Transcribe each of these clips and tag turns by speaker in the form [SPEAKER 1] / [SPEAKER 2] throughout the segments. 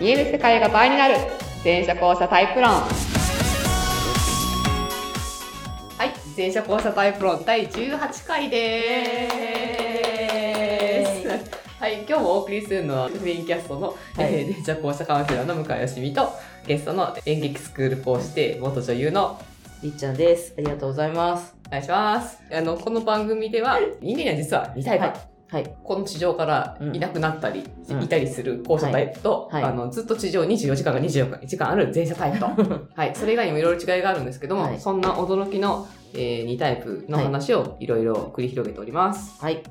[SPEAKER 1] 見える世界が倍になる全社交差タイプ論はい全社交差タイプ論第18回です
[SPEAKER 2] イエ
[SPEAKER 1] はい今日もお送りするのはメインキャストの、
[SPEAKER 2] はい
[SPEAKER 1] えー全社交差カウンセラーの向井よしみとゲストの演劇スクール講師で元女優の
[SPEAKER 2] りっちゃんです。ありがとうございます。
[SPEAKER 1] お願いしますあのこの番組では人間には実は2タイプ、
[SPEAKER 2] はいはい。
[SPEAKER 1] この地上からいなくなったり、
[SPEAKER 2] うん
[SPEAKER 1] いたりする校舎タイプと、
[SPEAKER 2] はいはい
[SPEAKER 1] あの、ずっと地上24時間が24時間ある前者タイプと、 はい、それ以外にもいろいろ違いがあるんですけども、
[SPEAKER 2] はい
[SPEAKER 1] そんな驚きの、え2タイプの話をいろいろ繰り広げております。
[SPEAKER 2] はい。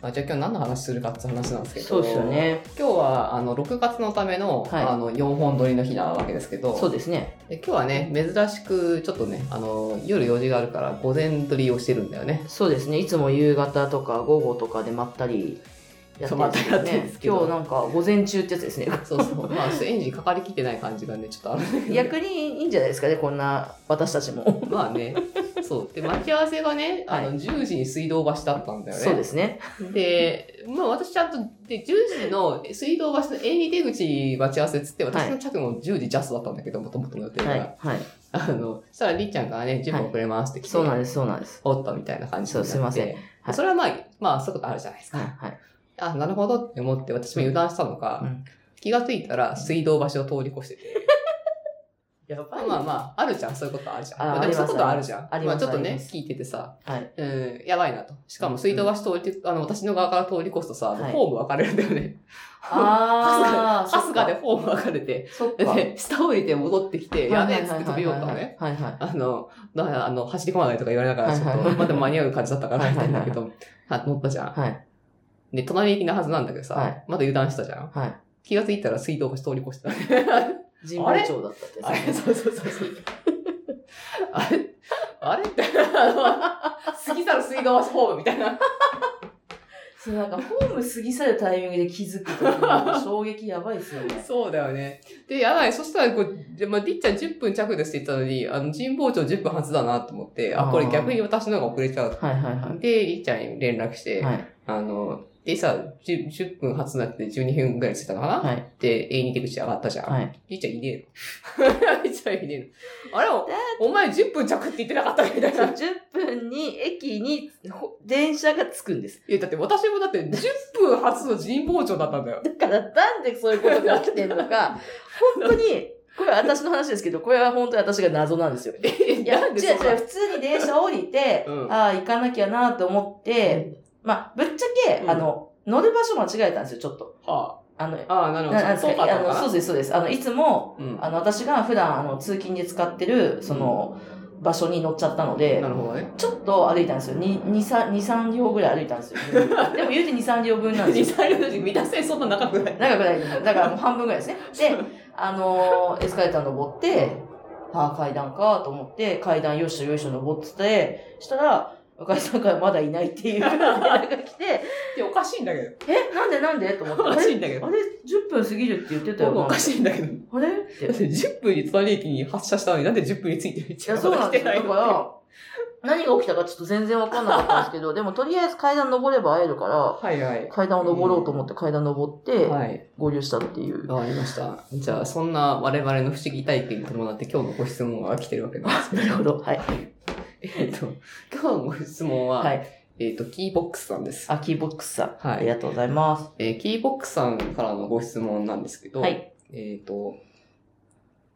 [SPEAKER 1] まあじゃあ今日何の話するかって話なんですけど、
[SPEAKER 2] そうですよ。ね。
[SPEAKER 1] 今日はあの6月のための,、
[SPEAKER 2] はい
[SPEAKER 1] あの4本撮りの日なわけですけど
[SPEAKER 2] そうですね。
[SPEAKER 1] で今日はね珍しくちょっとねあの夜用事があるから午前撮りをしてるんだよね
[SPEAKER 2] そうですね。いつも夕方とか午後とかでまったりやってるんです
[SPEAKER 1] そうまったりや
[SPEAKER 2] よ
[SPEAKER 1] ってるんで
[SPEAKER 2] ね
[SPEAKER 1] す。けど
[SPEAKER 2] 今日なんか午前中ってやつですね。
[SPEAKER 1] そうそうまあエンジンかかりきってない感じがねちょっとあるんだけど
[SPEAKER 2] 逆にいいんじゃないですかね、こんな私たちも。
[SPEAKER 1] まあね。そう。で、待ち合わせがね、あの、
[SPEAKER 2] は
[SPEAKER 1] 10時に水道橋だったんだよね。
[SPEAKER 2] そうですね。
[SPEAKER 1] でまあ私ちゃんと、で、10時の水道橋の演技出口待ち合わせっつって、私の着も10時ジャストだったんだけど、もともとの予定が。
[SPEAKER 2] はい。はい。
[SPEAKER 1] あの、そしたらりっちゃんからね、10分遅れますって来て、
[SPEAKER 2] そうなんです、そうなんです。
[SPEAKER 1] おっとみたいな感じになっ
[SPEAKER 2] そ
[SPEAKER 1] て
[SPEAKER 2] うすいませんはい
[SPEAKER 1] それはまあ、まあ、そういうことあるじゃないですか。
[SPEAKER 2] はい。はい。
[SPEAKER 1] あ、なるほどって思って、私も油断したのか、
[SPEAKER 2] うん
[SPEAKER 1] 気がついたら水道橋を通り越してて。
[SPEAKER 2] やば
[SPEAKER 1] まあまあまあ、あるじゃん、そういうことあるじゃん。
[SPEAKER 2] あ
[SPEAKER 1] まで
[SPEAKER 2] あ
[SPEAKER 1] も
[SPEAKER 2] り
[SPEAKER 1] そ
[SPEAKER 2] ま
[SPEAKER 1] ういう
[SPEAKER 2] す
[SPEAKER 1] ことあるじゃん。
[SPEAKER 2] あります
[SPEAKER 1] あちょっと
[SPEAKER 2] あり
[SPEAKER 1] ね
[SPEAKER 2] ま、す
[SPEAKER 1] 聞いててさ、
[SPEAKER 2] はい。
[SPEAKER 1] うん、やばいなと。しかも水道橋通りて、あの、私の側から通り越すとさ、あの
[SPEAKER 2] はい
[SPEAKER 1] ホーム分かれるんだよね。
[SPEAKER 2] あー、
[SPEAKER 1] 春日でホーム分かれて、
[SPEAKER 2] そっか。はい
[SPEAKER 1] で、下降りて戻ってきて、やべえっつって飛び降りたのね。。
[SPEAKER 2] はいはい。
[SPEAKER 1] あの、だから、あの、走り込まないとか言われながら、ちょっ
[SPEAKER 2] はい
[SPEAKER 1] と、
[SPEAKER 2] はいはい
[SPEAKER 1] まあでも間に合う感じだったから、
[SPEAKER 2] はい
[SPEAKER 1] み
[SPEAKER 2] は
[SPEAKER 1] た
[SPEAKER 2] いはい
[SPEAKER 1] いなんだけど、は乗ったじゃん。
[SPEAKER 2] はい。
[SPEAKER 1] で、隣行きのはずなんだけどさ、
[SPEAKER 2] はい
[SPEAKER 1] まだ油断したじゃん。
[SPEAKER 2] はい。
[SPEAKER 1] 気がついたら水道橋通り越してた。
[SPEAKER 2] 神保町だったってや
[SPEAKER 1] あ
[SPEAKER 2] つ
[SPEAKER 1] れ
[SPEAKER 2] ね
[SPEAKER 1] そうそうそうそう。 あれあれって、あの、過ぎ去る水道橋ホームみたいな。
[SPEAKER 2] そうなんかホーム過ぎ去るタイミングで気づくと か衝撃やばいですよね。
[SPEAKER 1] そうだよね。で、やばい。そしたらこう、でまあ、りっちゃん10分着ですって言ったのに、あの、神保町10分発だなと思って、あ、これ逆に私の方が遅れちゃう。
[SPEAKER 2] はいはいは
[SPEAKER 1] で、りっちゃんに連絡して、
[SPEAKER 2] い。はい。
[SPEAKER 1] あの、でさ、10, 10分発になって12分ぐらい着いたのかな、
[SPEAKER 2] はい。
[SPEAKER 1] で、A に出口上がったじゃん。
[SPEAKER 2] はい。
[SPEAKER 1] りっちゃんいねえの。りっ ちゃんいねえの。あれお前10分着って言ってなかったみたいな。
[SPEAKER 2] 10分に駅にほ電車が着くんです。
[SPEAKER 1] いや、だって私もだって10分発の神保町だったんだよ。
[SPEAKER 2] だからなんでそういうことが起きてるの か、本当に、これは私の話ですけど、これは本当に私が謎なんですよ。いや、
[SPEAKER 1] な
[SPEAKER 2] 違
[SPEAKER 1] ん
[SPEAKER 2] う
[SPEAKER 1] で
[SPEAKER 2] 違
[SPEAKER 1] そんな
[SPEAKER 2] う、普通に電車降りて、
[SPEAKER 1] うん
[SPEAKER 2] ああ、行かなきゃなと思って、まあ、ぶっちゃけ、
[SPEAKER 1] うん
[SPEAKER 2] あの、乗る場所間違えたんですよ、ちょっと。
[SPEAKER 1] は
[SPEAKER 2] あの、な
[SPEAKER 1] あ、ああ、なるほど。
[SPEAKER 2] なんです
[SPEAKER 1] そう
[SPEAKER 2] か
[SPEAKER 1] か
[SPEAKER 2] あの、そうです、そうです。あの、いつも、
[SPEAKER 1] うん
[SPEAKER 2] あの、私が普段、あの、通勤で使ってる、その、場所に乗っちゃったので
[SPEAKER 1] な、るほどね。
[SPEAKER 2] ちょっと歩いたんですよ。2、2 3 2 3両ぐらい歩いたんです よ。でも言うて2、3両分なんですよ。
[SPEAKER 1] 歳の時、見出せそんな長くない。
[SPEAKER 2] 長くないです。だからもう半分ぐらい ですね。で、あのーエスカレーター登って、ああ、階段かと思って、階段よいしょよいしょ登ってて、したら、向井さんからまだいないっていう 連絡が来て、
[SPEAKER 1] で、おかしいんだけど。
[SPEAKER 2] え、なんでなんでと思って、
[SPEAKER 1] お
[SPEAKER 2] あ
[SPEAKER 1] かし
[SPEAKER 2] れ
[SPEAKER 1] いんだけど
[SPEAKER 2] あ。れ ?10 分過ぎるって言ってたよ
[SPEAKER 1] 僕お
[SPEAKER 2] な。
[SPEAKER 1] かしいんだけど。
[SPEAKER 2] あれって
[SPEAKER 1] だっ。て10分に隣駅に発車したのになんで10分についてる
[SPEAKER 2] いや、そうなん ですよ。だ
[SPEAKER 1] の
[SPEAKER 2] から、何が起きたかちょっと全然わかんなかったんですけ ど、でもとりあえず階段登れば会えるから、
[SPEAKER 1] はいはい。
[SPEAKER 2] 階段を登ろうと思って階段登って、
[SPEAKER 1] はい。
[SPEAKER 2] 合流したっていう。
[SPEAKER 1] わかりました。じゃあ、そんな我々の不思議体験に伴って今日のご質問が来てるわけなんですけど。
[SPEAKER 2] なるほど。はい。
[SPEAKER 1] えっと、今日のご質問は、
[SPEAKER 2] はい。
[SPEAKER 1] えっと、キーボックスさんです。
[SPEAKER 2] あ、キーボックスさん。
[SPEAKER 1] は
[SPEAKER 2] あり
[SPEAKER 1] い。
[SPEAKER 2] がとうございます。
[SPEAKER 1] えーキーボックスさんからのご質問なんですけど、
[SPEAKER 2] はい。
[SPEAKER 1] えっと、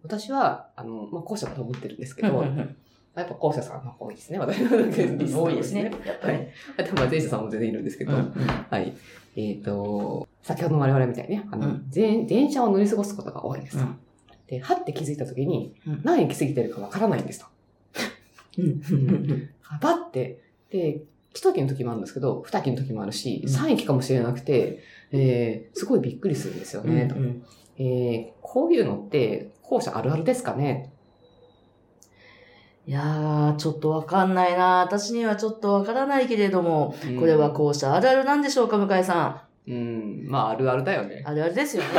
[SPEAKER 1] 私は、あの、まあ、校舎だと思ってるんですけ
[SPEAKER 2] うん
[SPEAKER 1] ど、
[SPEAKER 2] う
[SPEAKER 1] やっ
[SPEAKER 2] ん
[SPEAKER 1] ぱ校舎さんの方が多いですね、私の
[SPEAKER 2] うん多いですね。。やっぱね。
[SPEAKER 1] あと、まあ、前者さんも全然いるんですけど、
[SPEAKER 2] うんうん
[SPEAKER 1] はい。えっ、と、先ほどの我々みたいにね、あの、
[SPEAKER 2] うん
[SPEAKER 1] 電電車を乗り過ごすことが多いんですと。
[SPEAKER 2] うん
[SPEAKER 1] で、はって気づいたときに、
[SPEAKER 2] うん
[SPEAKER 1] 何駅過ぎてるかわからないんですと。
[SPEAKER 2] うん
[SPEAKER 1] ばって、で、一駅の時もあるんですけど、二駅の時もあるし、
[SPEAKER 2] うん
[SPEAKER 1] 三駅かもしれなくて、えーすごいびっくりするんですよ
[SPEAKER 2] う
[SPEAKER 1] ね、
[SPEAKER 2] ん
[SPEAKER 1] と
[SPEAKER 2] うん
[SPEAKER 1] えーこういうのって、校舎あるあるですかね
[SPEAKER 2] いやー、ちょっとわかんないな私にはちょっとわからないけれども、これは
[SPEAKER 1] こ
[SPEAKER 2] 校舎あるあるなんでしょうか、向井さ
[SPEAKER 1] うん、まああるあるだよね。
[SPEAKER 2] あれあれですよね。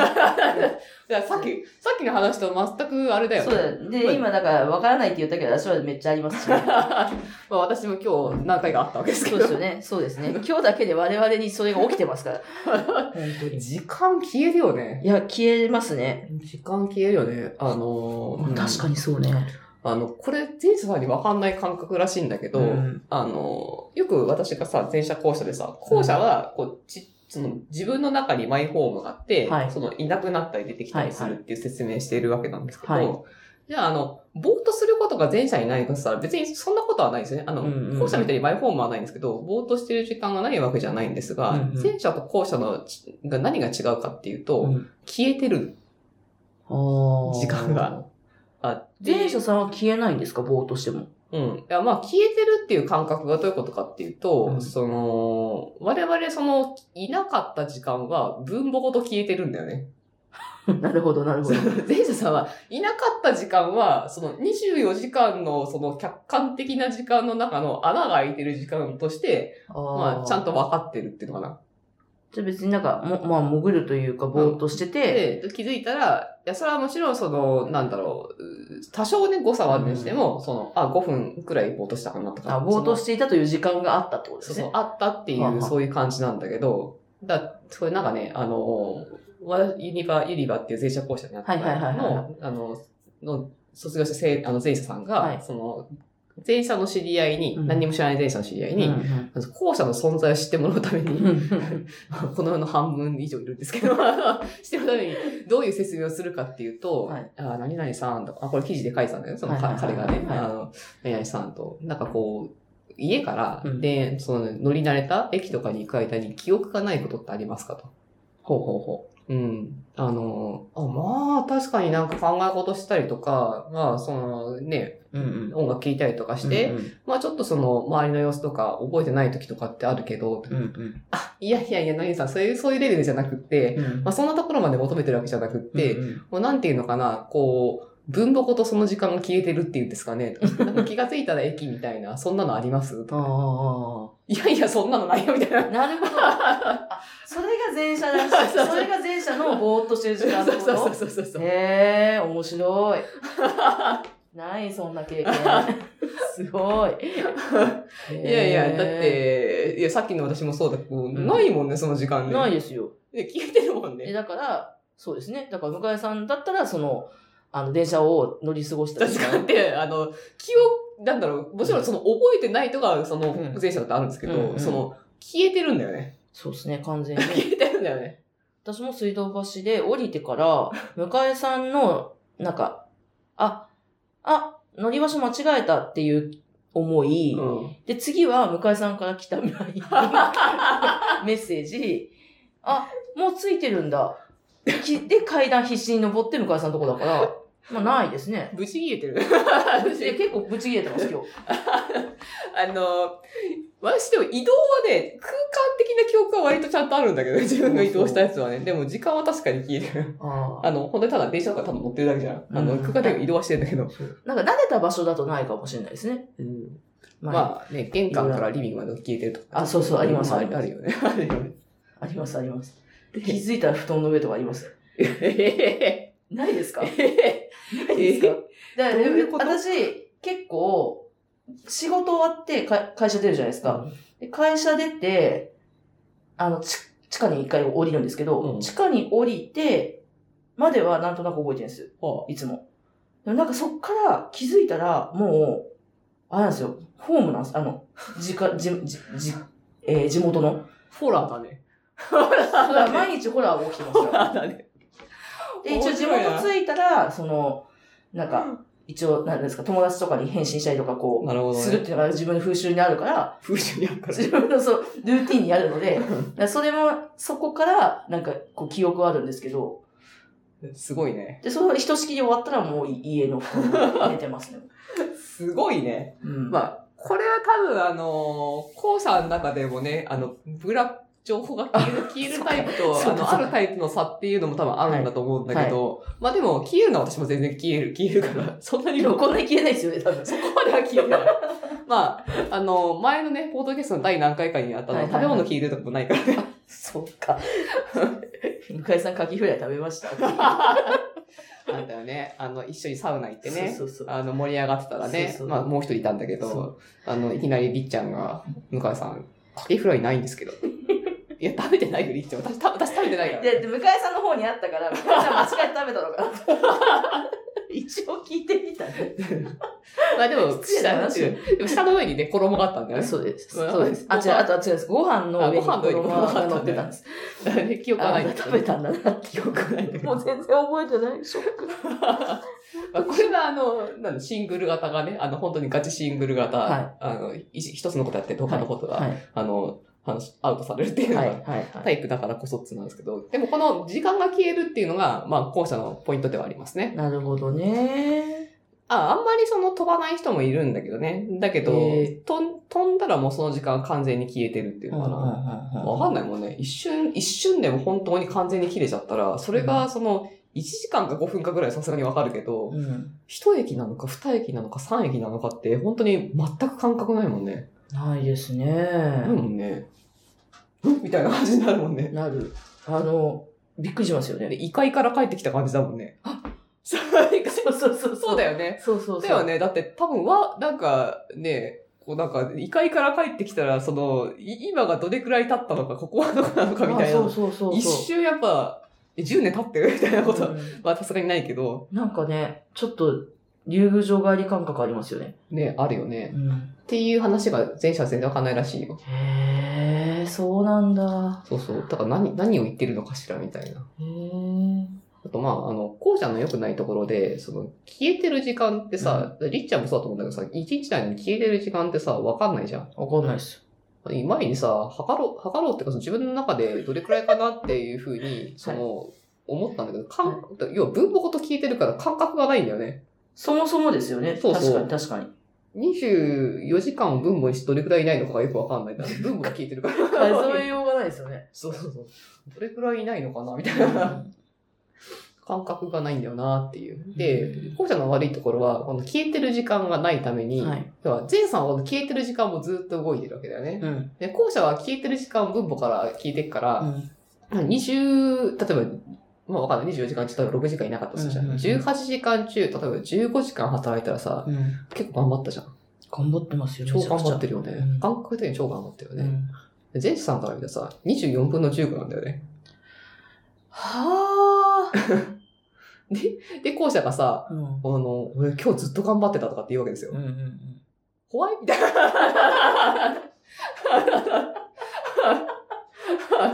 [SPEAKER 1] じゃあさっき、さっきの話と全くあれだよ
[SPEAKER 2] そ
[SPEAKER 1] ね。
[SPEAKER 2] うだよ。で、今だから分からないって言ったけど、私はめっちゃありますし、ね。
[SPEAKER 1] まあ私も今日何回かあったわけですけ
[SPEAKER 2] そ
[SPEAKER 1] ど。
[SPEAKER 2] うですよね。そうですね。今日だけで我々にそれが起きてますから。本当に。い
[SPEAKER 1] 時間消えるよね。
[SPEAKER 2] や、消えますね。
[SPEAKER 1] 時間消えるよね。あのー、
[SPEAKER 2] 確か
[SPEAKER 1] に。
[SPEAKER 2] にそうね。
[SPEAKER 1] あの、これ、前者さんにわかんない感覚らしいんだけど、
[SPEAKER 2] うん
[SPEAKER 1] あのー、よく私がさ、前者後者でさ、後者は、こう、ち、その自分の中にマイホームがあって、
[SPEAKER 2] はい
[SPEAKER 1] そのいなくなったり出てきたりするっていう説明しているわけなんですけど、
[SPEAKER 2] はい
[SPEAKER 1] じゃあ、あの、ぼーっとすることが前者にないかとしたら別にそんなことはないですよね。あの、
[SPEAKER 2] うんうんうん
[SPEAKER 1] 後者みたいにマイホームはないんですけど、ぼーっとしてる時間がないわけじゃないんですが、
[SPEAKER 2] うんうん
[SPEAKER 1] 前者と後者のちが何が違うかっていうと、
[SPEAKER 2] うん
[SPEAKER 1] 消えてる時
[SPEAKER 2] 時
[SPEAKER 1] 間が。あって
[SPEAKER 2] 前者さんは消えないんですかぼーっとしても。
[SPEAKER 1] うん。いや、まあ、消えてるっていう感覚がどういうことかっていうと、
[SPEAKER 2] うん
[SPEAKER 1] その、我々、その、いなかった時間は、分母ごと消えてるんだよね。
[SPEAKER 2] なるほど、なるほ
[SPEAKER 1] そ
[SPEAKER 2] ど
[SPEAKER 1] の。前者さんは、いなかった時間は、その、24時間の、その、客観的な時間の中の穴が開いてる時間として、まあ、ちゃん
[SPEAKER 2] と。
[SPEAKER 1] と分かってるっていうのかな。
[SPEAKER 2] じゃあ別になんか、もまあ、潜るというか、ぼーっとしてて、
[SPEAKER 1] で、気づいたら、いや、それはもちろん、その、なんだろう、多少ね、誤差はあるにしても、その、あ、5分くらいぼーっとしたかなとか。
[SPEAKER 2] あぼーっと
[SPEAKER 1] その
[SPEAKER 2] していたという時間があったってことで
[SPEAKER 1] そう
[SPEAKER 2] す
[SPEAKER 1] そ
[SPEAKER 2] ね
[SPEAKER 1] う。、あったってい
[SPEAKER 2] はあは
[SPEAKER 1] う、
[SPEAKER 2] あ
[SPEAKER 1] そういう感じなんだけど、だ、それなんかね、あの、わユニバ、ユニバっていう前者講者になった
[SPEAKER 2] はいはいはいはい
[SPEAKER 1] の、あの、の、卒業したせいあの前者さんが、
[SPEAKER 2] はい
[SPEAKER 1] その、前者の知り合いに、
[SPEAKER 2] うん
[SPEAKER 1] 何にも知らない前者の知り合いに、
[SPEAKER 2] うん
[SPEAKER 1] 後者の存在を知ってもらうため
[SPEAKER 2] うん
[SPEAKER 1] に、 この世の半分以上いるんですけど、 知ってもらうために、どういう説明をするかっていうと、
[SPEAKER 2] はい
[SPEAKER 1] あ何々さんとか、あ、これ記事で書いてたんだよね、そのか、
[SPEAKER 2] はいはいはい
[SPEAKER 1] 彼がね、
[SPEAKER 2] はい
[SPEAKER 1] あの、何々さんと、なんかこう、家から、
[SPEAKER 2] うん
[SPEAKER 1] で、その、乗り慣れた駅とかに行く間に記憶がないことってありますかと。ほうほうほう。うん。あの、あまあ、確かになんか考え事したりとか、まあ、そのね、
[SPEAKER 2] うんうん
[SPEAKER 1] 音楽聴いたりとかして、
[SPEAKER 2] うん
[SPEAKER 1] まあちょっとその、周りの様子とか覚えてない時とかってあるけど、
[SPEAKER 2] うんうん
[SPEAKER 1] あ、いやいやいや、何々さん、そういう、そういうレベルじゃなくって、
[SPEAKER 2] うん
[SPEAKER 1] まあそんなところまで求めてるわけじゃなくって、
[SPEAKER 2] うんうん
[SPEAKER 1] もうなんていうのかな、こう、分母ごとその時間が消えてるっていうんですかね。なんか気がついたら駅みたいな、そんなのあります
[SPEAKER 2] ああ
[SPEAKER 1] いやいや、そんなのないよ、みたい
[SPEAKER 2] な
[SPEAKER 1] な。
[SPEAKER 2] るほど。 あそれが前者だ し、それが前者のぼーっとしてる時間って
[SPEAKER 1] そう
[SPEAKER 2] こ
[SPEAKER 1] そう
[SPEAKER 2] と
[SPEAKER 1] そうそうそう。
[SPEAKER 2] へえ、面白 い。ない、そんな経験。すごい。
[SPEAKER 1] いやいや、だっ
[SPEAKER 2] へ
[SPEAKER 1] て、いや、さっきの私もそうだけど、
[SPEAKER 2] ん
[SPEAKER 1] ないもんね、その時間
[SPEAKER 2] ー。
[SPEAKER 1] ね。
[SPEAKER 2] ないですよ。
[SPEAKER 1] ね消えてるもん
[SPEAKER 2] え、
[SPEAKER 1] ね。
[SPEAKER 2] だから、そうですね。だから、向井さんだったら、その、あの、電車を乗り過ごした
[SPEAKER 1] 確かに。で、あの、記憶、なんだろう、もちろんその覚えてないとか、その
[SPEAKER 2] うん、
[SPEAKER 1] 前者だってあるんですけど、
[SPEAKER 2] うんうん
[SPEAKER 1] その、消えてるんだよね。
[SPEAKER 2] そうですね、完全 に。
[SPEAKER 1] 消えてるんだよね。
[SPEAKER 2] 私も水道橋で降りてから、向井さんの、なんか、あ、あ、乗り場所間違えたっていう思い、
[SPEAKER 1] うん。
[SPEAKER 2] で、次は向井さんから来た LINE メッセージ、あ、もうついてるんだ。きで、階段必死に登って向井さんのとこだから、まあないです ね。
[SPEAKER 1] 無事消えてる。
[SPEAKER 2] え結構ブチ切れてます、今日。
[SPEAKER 1] あの、私でも移動はね、空間的な記憶は割とちゃんとあるんだけ ど、自分が移動したやつはね。でも時間は確かに消えてる。
[SPEAKER 2] あ
[SPEAKER 1] あの、本当にただ電車とか多分乗ってるだけじゃん。あの、
[SPEAKER 2] うん
[SPEAKER 1] 空間的に移動はしてんだけど。
[SPEAKER 2] なんか慣れた場所だとないかもしれないですね。まあ、
[SPEAKER 1] まあね、玄関からリビングまで消えてるとか。
[SPEAKER 2] あそうそうあります
[SPEAKER 1] あ
[SPEAKER 2] あ
[SPEAKER 1] る
[SPEAKER 2] ります
[SPEAKER 1] あるよね。あるよね。
[SPEAKER 2] ありますあります。で気づいたら布団の上とかあります。
[SPEAKER 1] えへ
[SPEAKER 2] ないですか
[SPEAKER 1] へへ
[SPEAKER 2] ないですか
[SPEAKER 1] え
[SPEAKER 2] だから
[SPEAKER 1] どういうこと
[SPEAKER 2] 私、結構、仕事終わってか会社出るじゃないですか。で会社出て、あの、ち地下に一回降りるんですけど、
[SPEAKER 1] うん
[SPEAKER 2] 地下に降りて、まではなんとなく覚えてるんですよ。
[SPEAKER 1] はい
[SPEAKER 2] つも。でもなんかそっから気づいたら、もう、あれなんですよ、ホームなんです。あの、じか、じ、じ、じ、えー地元の。
[SPEAKER 1] フォラーだね。
[SPEAKER 2] だから毎日ホラーが起きてます
[SPEAKER 1] フ
[SPEAKER 2] よ
[SPEAKER 1] ォ。ラーだね。
[SPEAKER 2] で、一応地元着いたら、その、なんか、一応、なんですか、友達とかに返信したりとか、こ
[SPEAKER 1] なるほ
[SPEAKER 2] う、
[SPEAKER 1] ど
[SPEAKER 2] するっ
[SPEAKER 1] ね。
[SPEAKER 2] ていうのが自分の風習にあるから、
[SPEAKER 1] 風習にあるから。
[SPEAKER 2] 自分のそう、ルーティンにあるので、だからそれも、そこから、なんか、こう、記憶はあるんですけど、
[SPEAKER 1] すごいね。
[SPEAKER 2] で、そのひとしきり終わったら、もう家の布団に寝てます ね。
[SPEAKER 1] すごいね。
[SPEAKER 2] うん。
[SPEAKER 1] まあ、これは多分あのー、校舎の中でもね、あの、ブラ、情報が消える、消えるタイプ と、
[SPEAKER 2] そ
[SPEAKER 1] あ
[SPEAKER 2] うかそうか
[SPEAKER 1] の、あるタイプの差っていうのも多分あるんだと思うんだけど、まあでも、消えるのは私も全然消える、消 えるから、そんなに
[SPEAKER 2] でも
[SPEAKER 1] ここ
[SPEAKER 2] こんなに消えないですよね、多分。
[SPEAKER 1] までは消えない。まあ、あの、前のね、ポートキャストの第何回かにあったの、
[SPEAKER 2] はいはいはい
[SPEAKER 1] 食べ物消えるとかもないからね。
[SPEAKER 2] そうか。向井さん、カキフライ食べました。
[SPEAKER 1] なんだよね。あの、一緒にサウナ行ってね。
[SPEAKER 2] そうそうそう。
[SPEAKER 1] あの、盛り上がってたらね
[SPEAKER 2] そう、そう
[SPEAKER 1] まあ、もう一人いたんだけ
[SPEAKER 2] そ
[SPEAKER 1] ど
[SPEAKER 2] う、
[SPEAKER 1] あの、いきなりりっちゃんが、向井さん、カキフライないんですけ ど。いや、食べてないよ、りっちゃん。私、た私食べてないから。
[SPEAKER 2] で、で向井さんの方にあったから、向井さん間違えて食べたのかな。一応聞いてみたね。
[SPEAKER 1] まあでも、
[SPEAKER 2] 失礼な
[SPEAKER 1] 下
[SPEAKER 2] 話
[SPEAKER 1] でも下の上にね、衣があったんだよね。
[SPEAKER 2] そうです。
[SPEAKER 1] うん
[SPEAKER 2] そうです。あ、
[SPEAKER 1] ご
[SPEAKER 2] 違
[SPEAKER 1] 飯
[SPEAKER 2] う、あとは違うんです。ご飯の上に
[SPEAKER 1] あご飯の上に
[SPEAKER 2] 衣が乗ってたんです。
[SPEAKER 1] で記憶が
[SPEAKER 2] あ
[SPEAKER 1] ない。
[SPEAKER 2] 食べたんだなって
[SPEAKER 1] 記憶がないんだけど
[SPEAKER 2] もう全然覚えてない。ショック。
[SPEAKER 1] まあこれがあの、なんだシングル型がね、あの、本当にガチシングル型、
[SPEAKER 2] はい
[SPEAKER 1] あの、い一つのことやって他のことが、
[SPEAKER 2] はい。
[SPEAKER 1] あの、あのアウトされるっていうのが、
[SPEAKER 2] はい。はい。
[SPEAKER 1] タイプだからこそってなんですけど、でもこの時間が消えるっていうのが、まあ、後者のポイントではありますね。
[SPEAKER 2] なるほどね。
[SPEAKER 1] あ、あんまりその飛ばない人もいるんだけどね。だけど、
[SPEAKER 2] え
[SPEAKER 1] とん飛んだらもうその時間完全に消えてるっていうのかな。わかんないもんね。一瞬、一瞬でも本当に完全に切れちゃったら、それがその、1時間か5分かぐらいさすがにわかるけど、
[SPEAKER 2] うん。
[SPEAKER 1] 1駅なのか2駅なのか3駅なのかって、本当に全く感覚ないもんね。
[SPEAKER 2] ないですね。
[SPEAKER 1] ないもんね。うんみたいな感じになるもんね。
[SPEAKER 2] なる。あの、びっくりしますよね。
[SPEAKER 1] で、異界から帰ってきた感じだもんね。 そう
[SPEAKER 2] そうそうそう。
[SPEAKER 1] そうだよね。
[SPEAKER 2] そうそうそう。
[SPEAKER 1] だよね。だって多分は、なんかね、こうなんか、異界から帰ってきたら、その、い今がどれくらい経ったのか、ここはどこなのかみたい
[SPEAKER 2] あ
[SPEAKER 1] な。
[SPEAKER 2] そうそうそうそう。
[SPEAKER 1] 一周やっぱ、え10年経ってるみた いなことは、
[SPEAKER 2] うん
[SPEAKER 1] まあさすがにないけど、
[SPEAKER 2] なんかね、ちょっと、竜宮城帰り感覚ありますよね。
[SPEAKER 1] ね、あるよね。
[SPEAKER 2] うん。
[SPEAKER 1] っていう話が前者は全然わかんないらしいよ。
[SPEAKER 2] へえ、そうなんだ。
[SPEAKER 1] そうそう。だから何、何を言ってるのかしらみたいな。
[SPEAKER 2] へえ。
[SPEAKER 1] あとまあ、あの、後者の良くないところで、その、消えてる時間ってさ、りっちゃんもそうだと思うんだけどさ、一日内に消えてる時間ってさ、わかんないじゃん。
[SPEAKER 2] わかんないっす。
[SPEAKER 1] 前にさ、測ろう、測ろうっていうか、その自分の中でどれくらいかなっていうふうに、その、思ったんだけど、感要は文法ごと消えてるから感覚がないんだよね。
[SPEAKER 2] そもそもですよね。
[SPEAKER 1] そうそう
[SPEAKER 2] 確かに確かに。
[SPEAKER 1] 24時間分母にどれくらいいないのかがよくわかんないな。分母が聞いてるから。
[SPEAKER 2] 数えようがないですよね。
[SPEAKER 1] そうそうそう。どれくらいいないのかなみたいな感覚がないんだよなっていう。 で
[SPEAKER 2] う、ん
[SPEAKER 1] 後者の悪いところは、この消えてる時間がないために、
[SPEAKER 2] はい。
[SPEAKER 1] 要は前さんはこの消えてる時間もずっと動いてるわけだよね。
[SPEAKER 2] うん。
[SPEAKER 1] で、後者は消えてる時間分母から消えてくから、20、例えば、まあわかんない。24時間中、例えば6時間いなかったとするじゃん。
[SPEAKER 2] うんうんうん
[SPEAKER 1] 18時間中、例えば15時間働いたらさ、
[SPEAKER 2] うん。
[SPEAKER 1] 結構頑張ったじゃん。
[SPEAKER 2] 頑張ってますよ、
[SPEAKER 1] 超頑張って
[SPEAKER 2] る
[SPEAKER 1] るよね
[SPEAKER 2] うん。
[SPEAKER 1] 感覚的に超頑張ってるよね。
[SPEAKER 2] うん、
[SPEAKER 1] 前者さんから見たらさ、24分の15なんだよね。
[SPEAKER 2] はあ。
[SPEAKER 1] で、後者がさ、
[SPEAKER 2] うん。うん
[SPEAKER 1] あの、俺今日ずっと頑張ってたとかって言うわけですよ。
[SPEAKER 2] うんうん。
[SPEAKER 1] 怖いみたいな。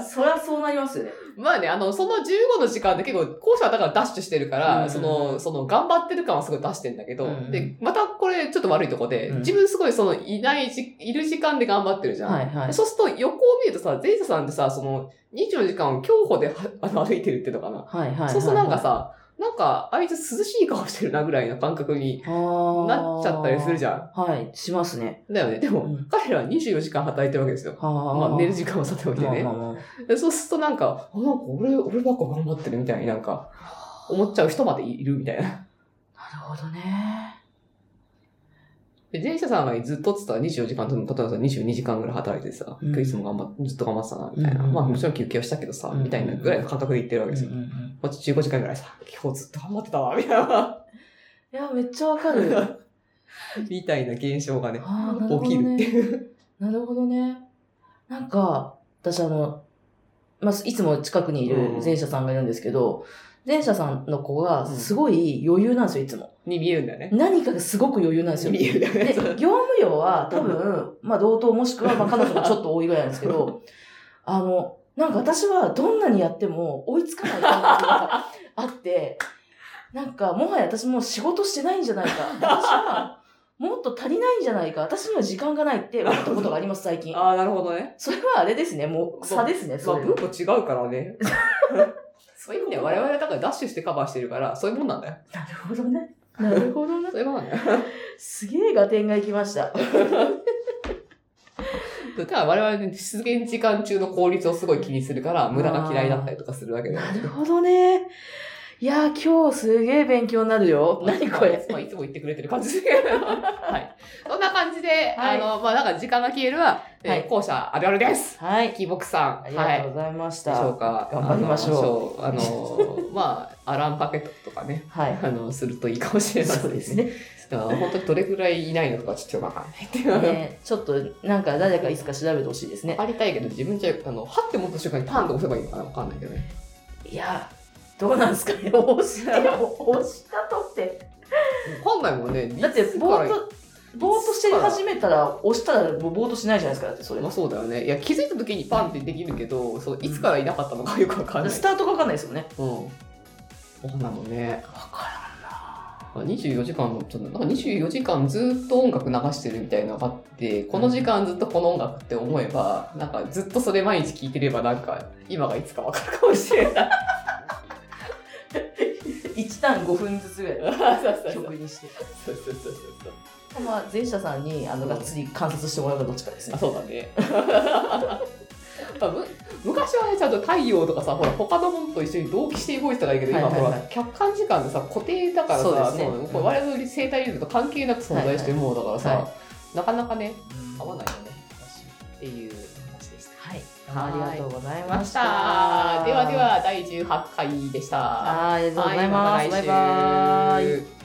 [SPEAKER 2] そりゃそうなりますよね。
[SPEAKER 1] まあね、あの、その15の時間で結構、後者はだからダッシュしてるから、
[SPEAKER 2] うん
[SPEAKER 1] その、その、頑張ってる感はすごい出してんだけど、
[SPEAKER 2] うん
[SPEAKER 1] で、またこれちょっと悪いとこで、
[SPEAKER 2] うん
[SPEAKER 1] 自分すごいその、いないじ、いる時間で頑張ってるじゃん。
[SPEAKER 2] いは
[SPEAKER 1] そうすると、横を見るとさ、前者さんってさ、その、24時間を競歩では あの歩いてるっていうのかな。
[SPEAKER 2] はいはいはい。
[SPEAKER 1] そうするとなんか、さ、なんか、あいつ涼しい顔してるなぐらいの感覚になっちゃったりするじ
[SPEAKER 2] ゃ
[SPEAKER 1] ゃん。
[SPEAKER 2] ん。はい、しますね。
[SPEAKER 1] だよね。でも、
[SPEAKER 2] うん
[SPEAKER 1] 彼らは24時間働いてるわけですよ。
[SPEAKER 2] はあ。
[SPEAKER 1] まあ、寝る時間はさておいてね。
[SPEAKER 2] まあまあま
[SPEAKER 1] でそうするとなんか、あなんか俺、俺ばっか頑張ってるみたいになんか、思っちゃう人までいるみたいな。
[SPEAKER 2] あなるほどね。
[SPEAKER 1] で、前者さんがずっとっつったら24時間、例えばさ22時間ぐらい働いてさ、
[SPEAKER 2] うん
[SPEAKER 1] 今日いつも頑張っずっと頑張ってたな、みたいな。
[SPEAKER 2] うん
[SPEAKER 1] まあ、もちろん休憩をしたけどさ、
[SPEAKER 2] うん
[SPEAKER 1] みたいなぐらいの感覚で言ってるわけですよ。
[SPEAKER 2] うんうんうん
[SPEAKER 1] こっち15時間ぐらいさ、今日ずっと頑張ってたわ、みたいな、
[SPEAKER 2] いや、めっちゃわか る。あ
[SPEAKER 1] みたいな現象がね、
[SPEAKER 2] あ、なるほどね。
[SPEAKER 1] 起きるっていう。
[SPEAKER 2] なるほどね。なんか、私あの、まあ、いつも近くにいる前者さんがいるんですけど、前者さんの子がすごい余裕なんですよ、いつも。
[SPEAKER 1] に見えるんだよね。
[SPEAKER 2] 何かがすごく余裕なんですよ。
[SPEAKER 1] 見
[SPEAKER 2] で、
[SPEAKER 1] えるんだよね
[SPEAKER 2] 業。 務量は多分、まあ、同等もしくは、まあ、彼女もちょっと多いぐらいなんですけど、あの、なんか私はどんなにやっても追いつかない感覚があって、なんか、もはや私もう仕事してないんじゃないか。私は、もっと足りないんじゃないか。私には時間がないって思ったことがあります、最近。
[SPEAKER 1] ああ、なるほどね。
[SPEAKER 2] それはあれですね、もう差ですね、
[SPEAKER 1] ま
[SPEAKER 2] そ
[SPEAKER 1] あ、
[SPEAKER 2] れ
[SPEAKER 1] 文法違うからね。 そういう意味では我々だからダッシュしてカバーしてるから、そういうもんなんだよ。
[SPEAKER 2] なるほどね。なるほどね
[SPEAKER 1] そう。いうもんなんだよ。
[SPEAKER 2] すげえ合点がいきました。
[SPEAKER 1] ただ我々ね、出現時間中の効率をすごい気にするから、無駄が嫌いだったりとかするわけだよ。
[SPEAKER 2] なるほどね。いやー、今日すげえ勉強になる よ。何これ。
[SPEAKER 1] まあ、いつも言ってくれてる感じで。 はい。そんな感じで、
[SPEAKER 2] はい
[SPEAKER 1] あの、まあ、なんか時間が消えるは、えー
[SPEAKER 2] はい
[SPEAKER 1] 後者あるあるです。
[SPEAKER 2] はい。
[SPEAKER 1] キーボクさん。
[SPEAKER 2] ありがとうございまし
[SPEAKER 1] で
[SPEAKER 2] た。
[SPEAKER 1] しょうか。
[SPEAKER 2] 頑張りましょ
[SPEAKER 1] う。あ の、そうあのまあ、アランパケットとかね、
[SPEAKER 2] はい。
[SPEAKER 1] あの、するといいかもしれな い
[SPEAKER 2] そうです。ね。
[SPEAKER 1] だから本当にどれくらいいないのかちょっとわかんないっていう。
[SPEAKER 2] ねちょっと、なんか誰かいつか調べてほしいですね。
[SPEAKER 1] ありたいけど、自分じゃ、あの、はって持った瞬間にパンと押せばいいのかなわかんないけど ね。
[SPEAKER 2] いやー、どうなんですか ね。押して、押したとって。
[SPEAKER 1] わかんないもんね。
[SPEAKER 2] だって、
[SPEAKER 1] いつ
[SPEAKER 2] ぼ
[SPEAKER 1] から
[SPEAKER 2] ーっと、ぼーっとして始めたら、押したら、ぼーっとしないじゃないですか。だって、それ
[SPEAKER 1] まあ。そうだよね。いや、気づいた時にパンってできるけど、そう、いつからいなかったのかよくわかんない
[SPEAKER 2] ス。タートがわかんないですよね。
[SPEAKER 1] うん。そうなのね。
[SPEAKER 2] わか
[SPEAKER 1] まあ24時間の、ちょっと、なんか24時間ずっと音楽流してるみたいなのがあって、この時間ずっとこの音楽って思えば、なんかずっとそれ毎日聴いてれば、なんか、今がいつかわかるかもしれない。
[SPEAKER 2] らんな。1段5分ずつぐ らい。
[SPEAKER 1] そうそうそう
[SPEAKER 2] 曲にして。
[SPEAKER 1] そうそうそうそう。
[SPEAKER 2] まあ、前者さんに、あの、がっつり観察してもらうかどっちかです
[SPEAKER 1] あ
[SPEAKER 2] ね。
[SPEAKER 1] そうだね まあむ昔はねちゃんと太陽とかさほら他のものと一緒に同期して動いてたからいいけど、
[SPEAKER 2] はいはいはい
[SPEAKER 1] 今ほら客観時間でさ固定だからさ
[SPEAKER 2] そうですね
[SPEAKER 1] そうこれ我々生態リズムと関係なく存在してるものだからさ、
[SPEAKER 2] はいは
[SPEAKER 1] なかなかね合
[SPEAKER 2] は
[SPEAKER 1] わないよねっていう話でし
[SPEAKER 2] い。
[SPEAKER 1] た
[SPEAKER 2] ありがと
[SPEAKER 1] は
[SPEAKER 2] うござい
[SPEAKER 1] い
[SPEAKER 2] ま
[SPEAKER 1] ま
[SPEAKER 2] し。
[SPEAKER 1] したたではでは第18回でした
[SPEAKER 2] あーありがとうございます。
[SPEAKER 1] は
[SPEAKER 2] バイ
[SPEAKER 1] ま
[SPEAKER 2] バ
[SPEAKER 1] た
[SPEAKER 2] イ
[SPEAKER 1] 来週。